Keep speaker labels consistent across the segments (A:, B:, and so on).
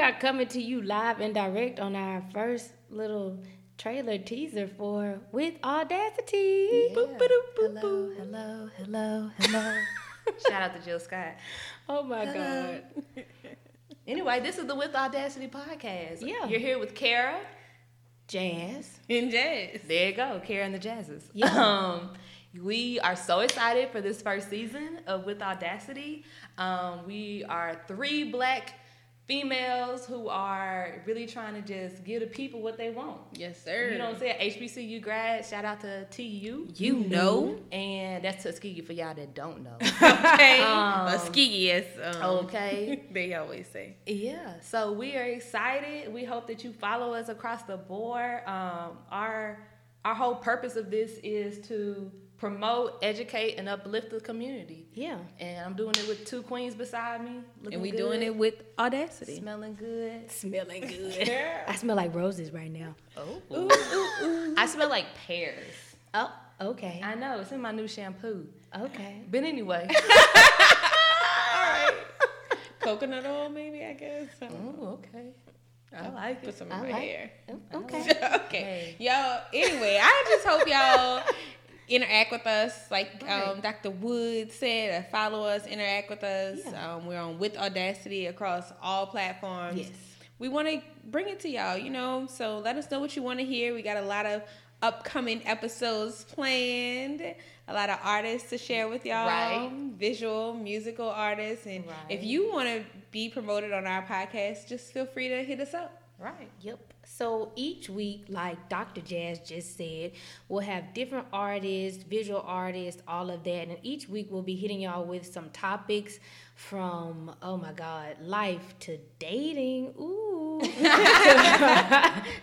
A: are coming to you live and direct on our first little trailer teaser for With Audacity. Boop, ba-doop, boop,
B: Hello,
A: boop.
B: hello, hello, hello. Shout out to Jill Scott.
A: Oh my
B: Hello.
A: God.
B: Anyway, this is the With Audacity podcast.
A: Yeah.
B: You're here with Kara
A: Jazz.
B: and Jazz. There you go, Kara and the Jazzes.
A: Yeah.
B: Um, we are so excited for this first season of With Audacity. Um, we are three black females who are really trying to just give the people what they want.
C: Yes, sir.
B: You know what I'm saying? HBCU grad, shout out to TU.
C: You know.
B: And that's Tuskegee for y'all that don't know.
C: okay.
B: Um,
C: a ski is. Um,
B: Okay.
C: They always say.
B: Yeah, so we are excited. We hope that you follow us across the board. Um, our our whole purpose of this is to promote, educate, and uplift the community.
A: Yeah.
B: And I'm doing it with two queens beside me. Looking
C: And we
B: good,
C: doing it with audacity.
B: smelling good.
A: Smelling good. I smell like roses right now.
B: Oh, I smell like pears.
A: Oh, okay.
B: I know it's in my new shampoo.
A: Okay.
B: But anyway,
C: Coconut oil, maybe, I guess. I don't know.
B: oh okay, I like
C: Put
B: it.
C: some
A: I
C: in my
A: like-
C: hair.
A: Oh, Okay.
C: okay. Y'all, anyway, I just hope y'all interact with us. Like um, Dr. Wood said, uh, follow us, interact with us.
A: Yeah.
C: Um, we're on With Audacity across all platforms.
A: Yes.
C: We want to bring it to y'all, you know? So let us know what you want to hear. We got a lot of upcoming episodes planned, a lot of artists to share with y'all.
B: Right.
C: Visual, musical artists. And if
B: Right.
C: you want to be promoted on our podcast, just feel free to hit us up.
B: Right.
A: Yep. So each week, like Dr. Jazz just said, we'll have different artists, visual artists, all of that. And each week we'll be hitting y'all with some topics from, oh my God, life to dating. Ooh.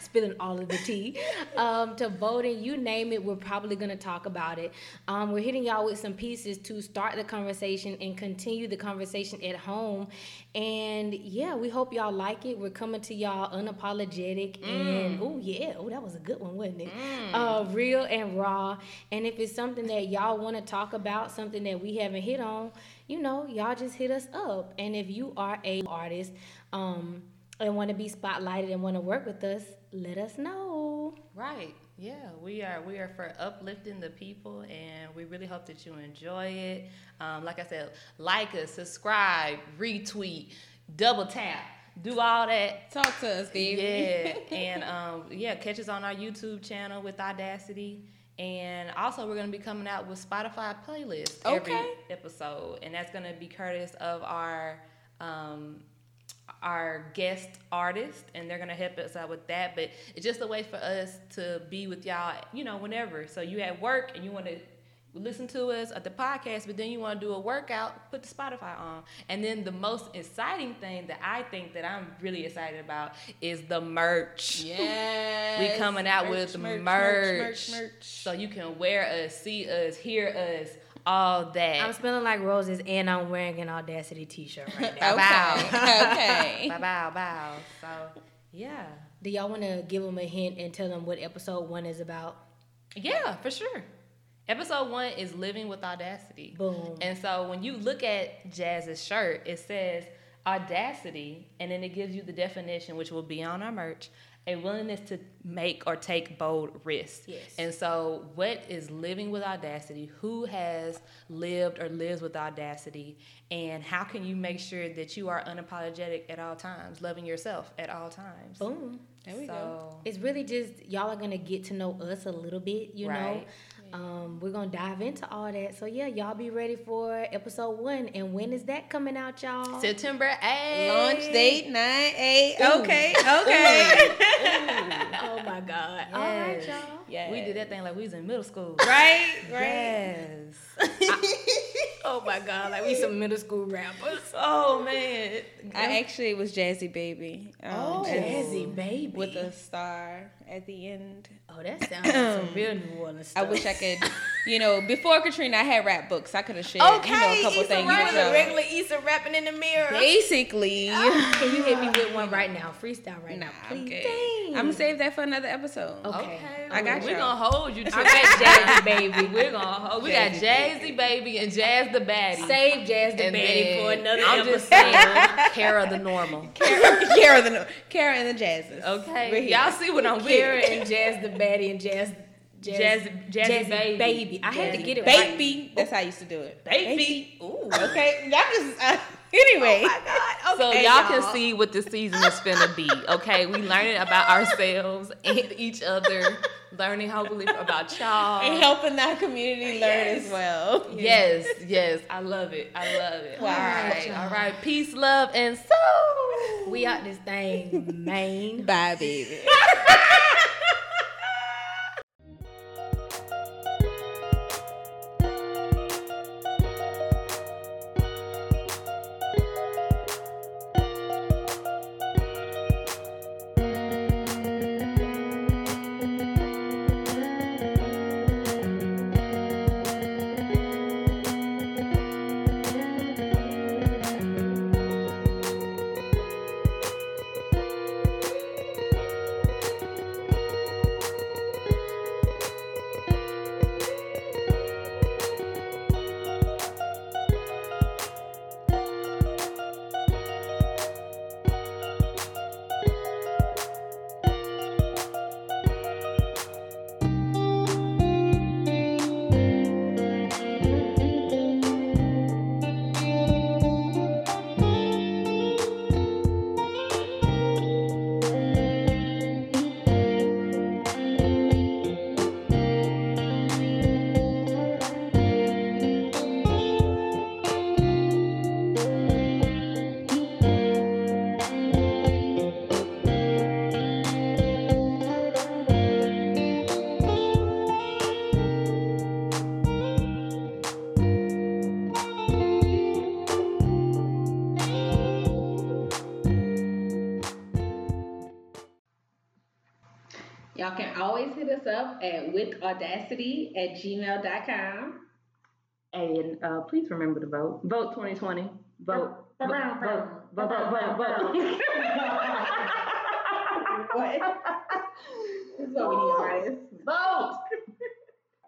A: Spilling all of the tea. Um, to voting, you name it, we're probably going to talk about it. Um, we're hitting y'all with some pieces to start the conversation and continue the conversation at home. And yeah, we hope y'all like it. We're coming to y'all unapologetic and oh yeah, oh that was a good one, wasn't it? Uh, real and raw. And if it's something that y'all want to talk about, something that we haven't hit on, you know, y'all just hit us up. And if you are a artist, um, and want to be spotlighted and want to work with us, let us know.
B: Right. Yeah, we are we are for uplifting the people, and we really hope that you enjoy it. Um, like I said, like us, subscribe, retweet, double tap, do all that.
C: Talk to us, baby.
B: Yeah, and um, yeah, catch us on our YouTube channel with Audacity, and also we're gonna be coming out with Spotify playlist every
C: Okay.
B: episode, and that's gonna be courtesy of our um, our guest artist, and they're gonna help us out with that. But it's just a way for us to be with y'all, you know, whenever. So you at work and you want to listen to us at the podcast, but then you want to do a workout, put the Spotify on. And then the most exciting thing that I think that I'm really excited about is the merch.
C: Yes.
B: We coming out with merch.
C: merch, merch.
B: So you can wear us, see us, hear us, all that.
A: I'm smelling like roses and I'm wearing an Audacity t shirt right now.
B: Okay. Bow.
C: okay.
B: bow, bow, bow. So yeah.
A: Do y'all want to give them a hint and tell them what episode one is about?
B: Yeah, for sure. Episode one is living with audacity.
A: Boom.
B: And so when you look at Jazz's shirt, it says audacity, and then it gives you the definition, which will be on our merch a willingness to make or take bold risks.
A: Yes.
B: And so, what is living with audacity? Who has lived or lives with audacity? And how can you make sure that you are unapologetic at all times, loving yourself at all times?
A: Boom.
C: There we
B: so,
C: go.
A: It's really just y'all are gonna get to know us a little bit, you
B: Right.
A: know. Um, we're gonna dive into all that. So yeah, y'all be ready for episode one. And when is that coming out, y'all?
B: September 8th.
C: Launch date nine eight.
A: Ooh.
C: Okay. Okay.
A: oh my God! All right,
B: Yes.
A: y'all.
C: Yeah.
B: We did that thing like we was in middle school.
C: Right. Right.
B: Yes.
A: Oh my God! Like we some middle school rappers.
B: Oh man.
C: I actually was Jazzy Baby. Um,
A: Oh,
C: as-
A: Jazzy baby.
C: With a star at the end.
A: Oh, that sounds like some real New Orleans
C: I
A: stuff.
C: wish I could, you know, before Katrina, I had rap books. I could have shared,
D: Okay,
C: you know, a couple
D: Issa
C: things.
D: Rae was
C: so-
D: a regular Issa rapping in the mirror.
C: Basically,
A: Can you hit me with one right now? Freestyle right
C: nah,
A: now,
C: I'm
A: please.
C: good.
A: Dang.
C: I'm gonna save that for another episode.
A: Okay.
C: I got
B: We're
C: you.
B: gonna hold you to
A: I
B: that,
A: got Jazzy,
B: Jazzy.
A: baby.
B: We're gonna hold. We got Jazzy baby and Jazz the baddie.
A: Save Jazz the
B: And
A: Betty
B: then
A: for another
B: I'm
A: episode.
B: just saying, Kara the normal.
C: Kara, the, Kara and the Jazzes. We're
B: Okay,
C: here.
B: y'all see what I'm
A: Kara
B: with.
A: and Jazz the Betty and Jazz Jazz,
B: Jazz, Jazzy, baby.
A: I had to get it right.
C: Baby, that's how I used to do it.
B: baby. Ooh.
C: Okay, y'all just uh,
B: Oh,
C: anyway.
B: So y'all, can see what the season is finna be. Okay, we learning about ourselves and each other, learning hopefully about y'all.
C: and helping that community learn as well.
B: Yes, yes, I love it. I love it. All right, all right. Peace, love, and soul.
A: We out this thing, man.
C: Bye, baby. Y'all can always hit us up at withaudacity at gmail.com.
B: And uh, please remember to vote. Vote 2020. Vote. Vote. Vote. Vote. Vote. Vote.
D: what? This is what we need artists.
B: Vote.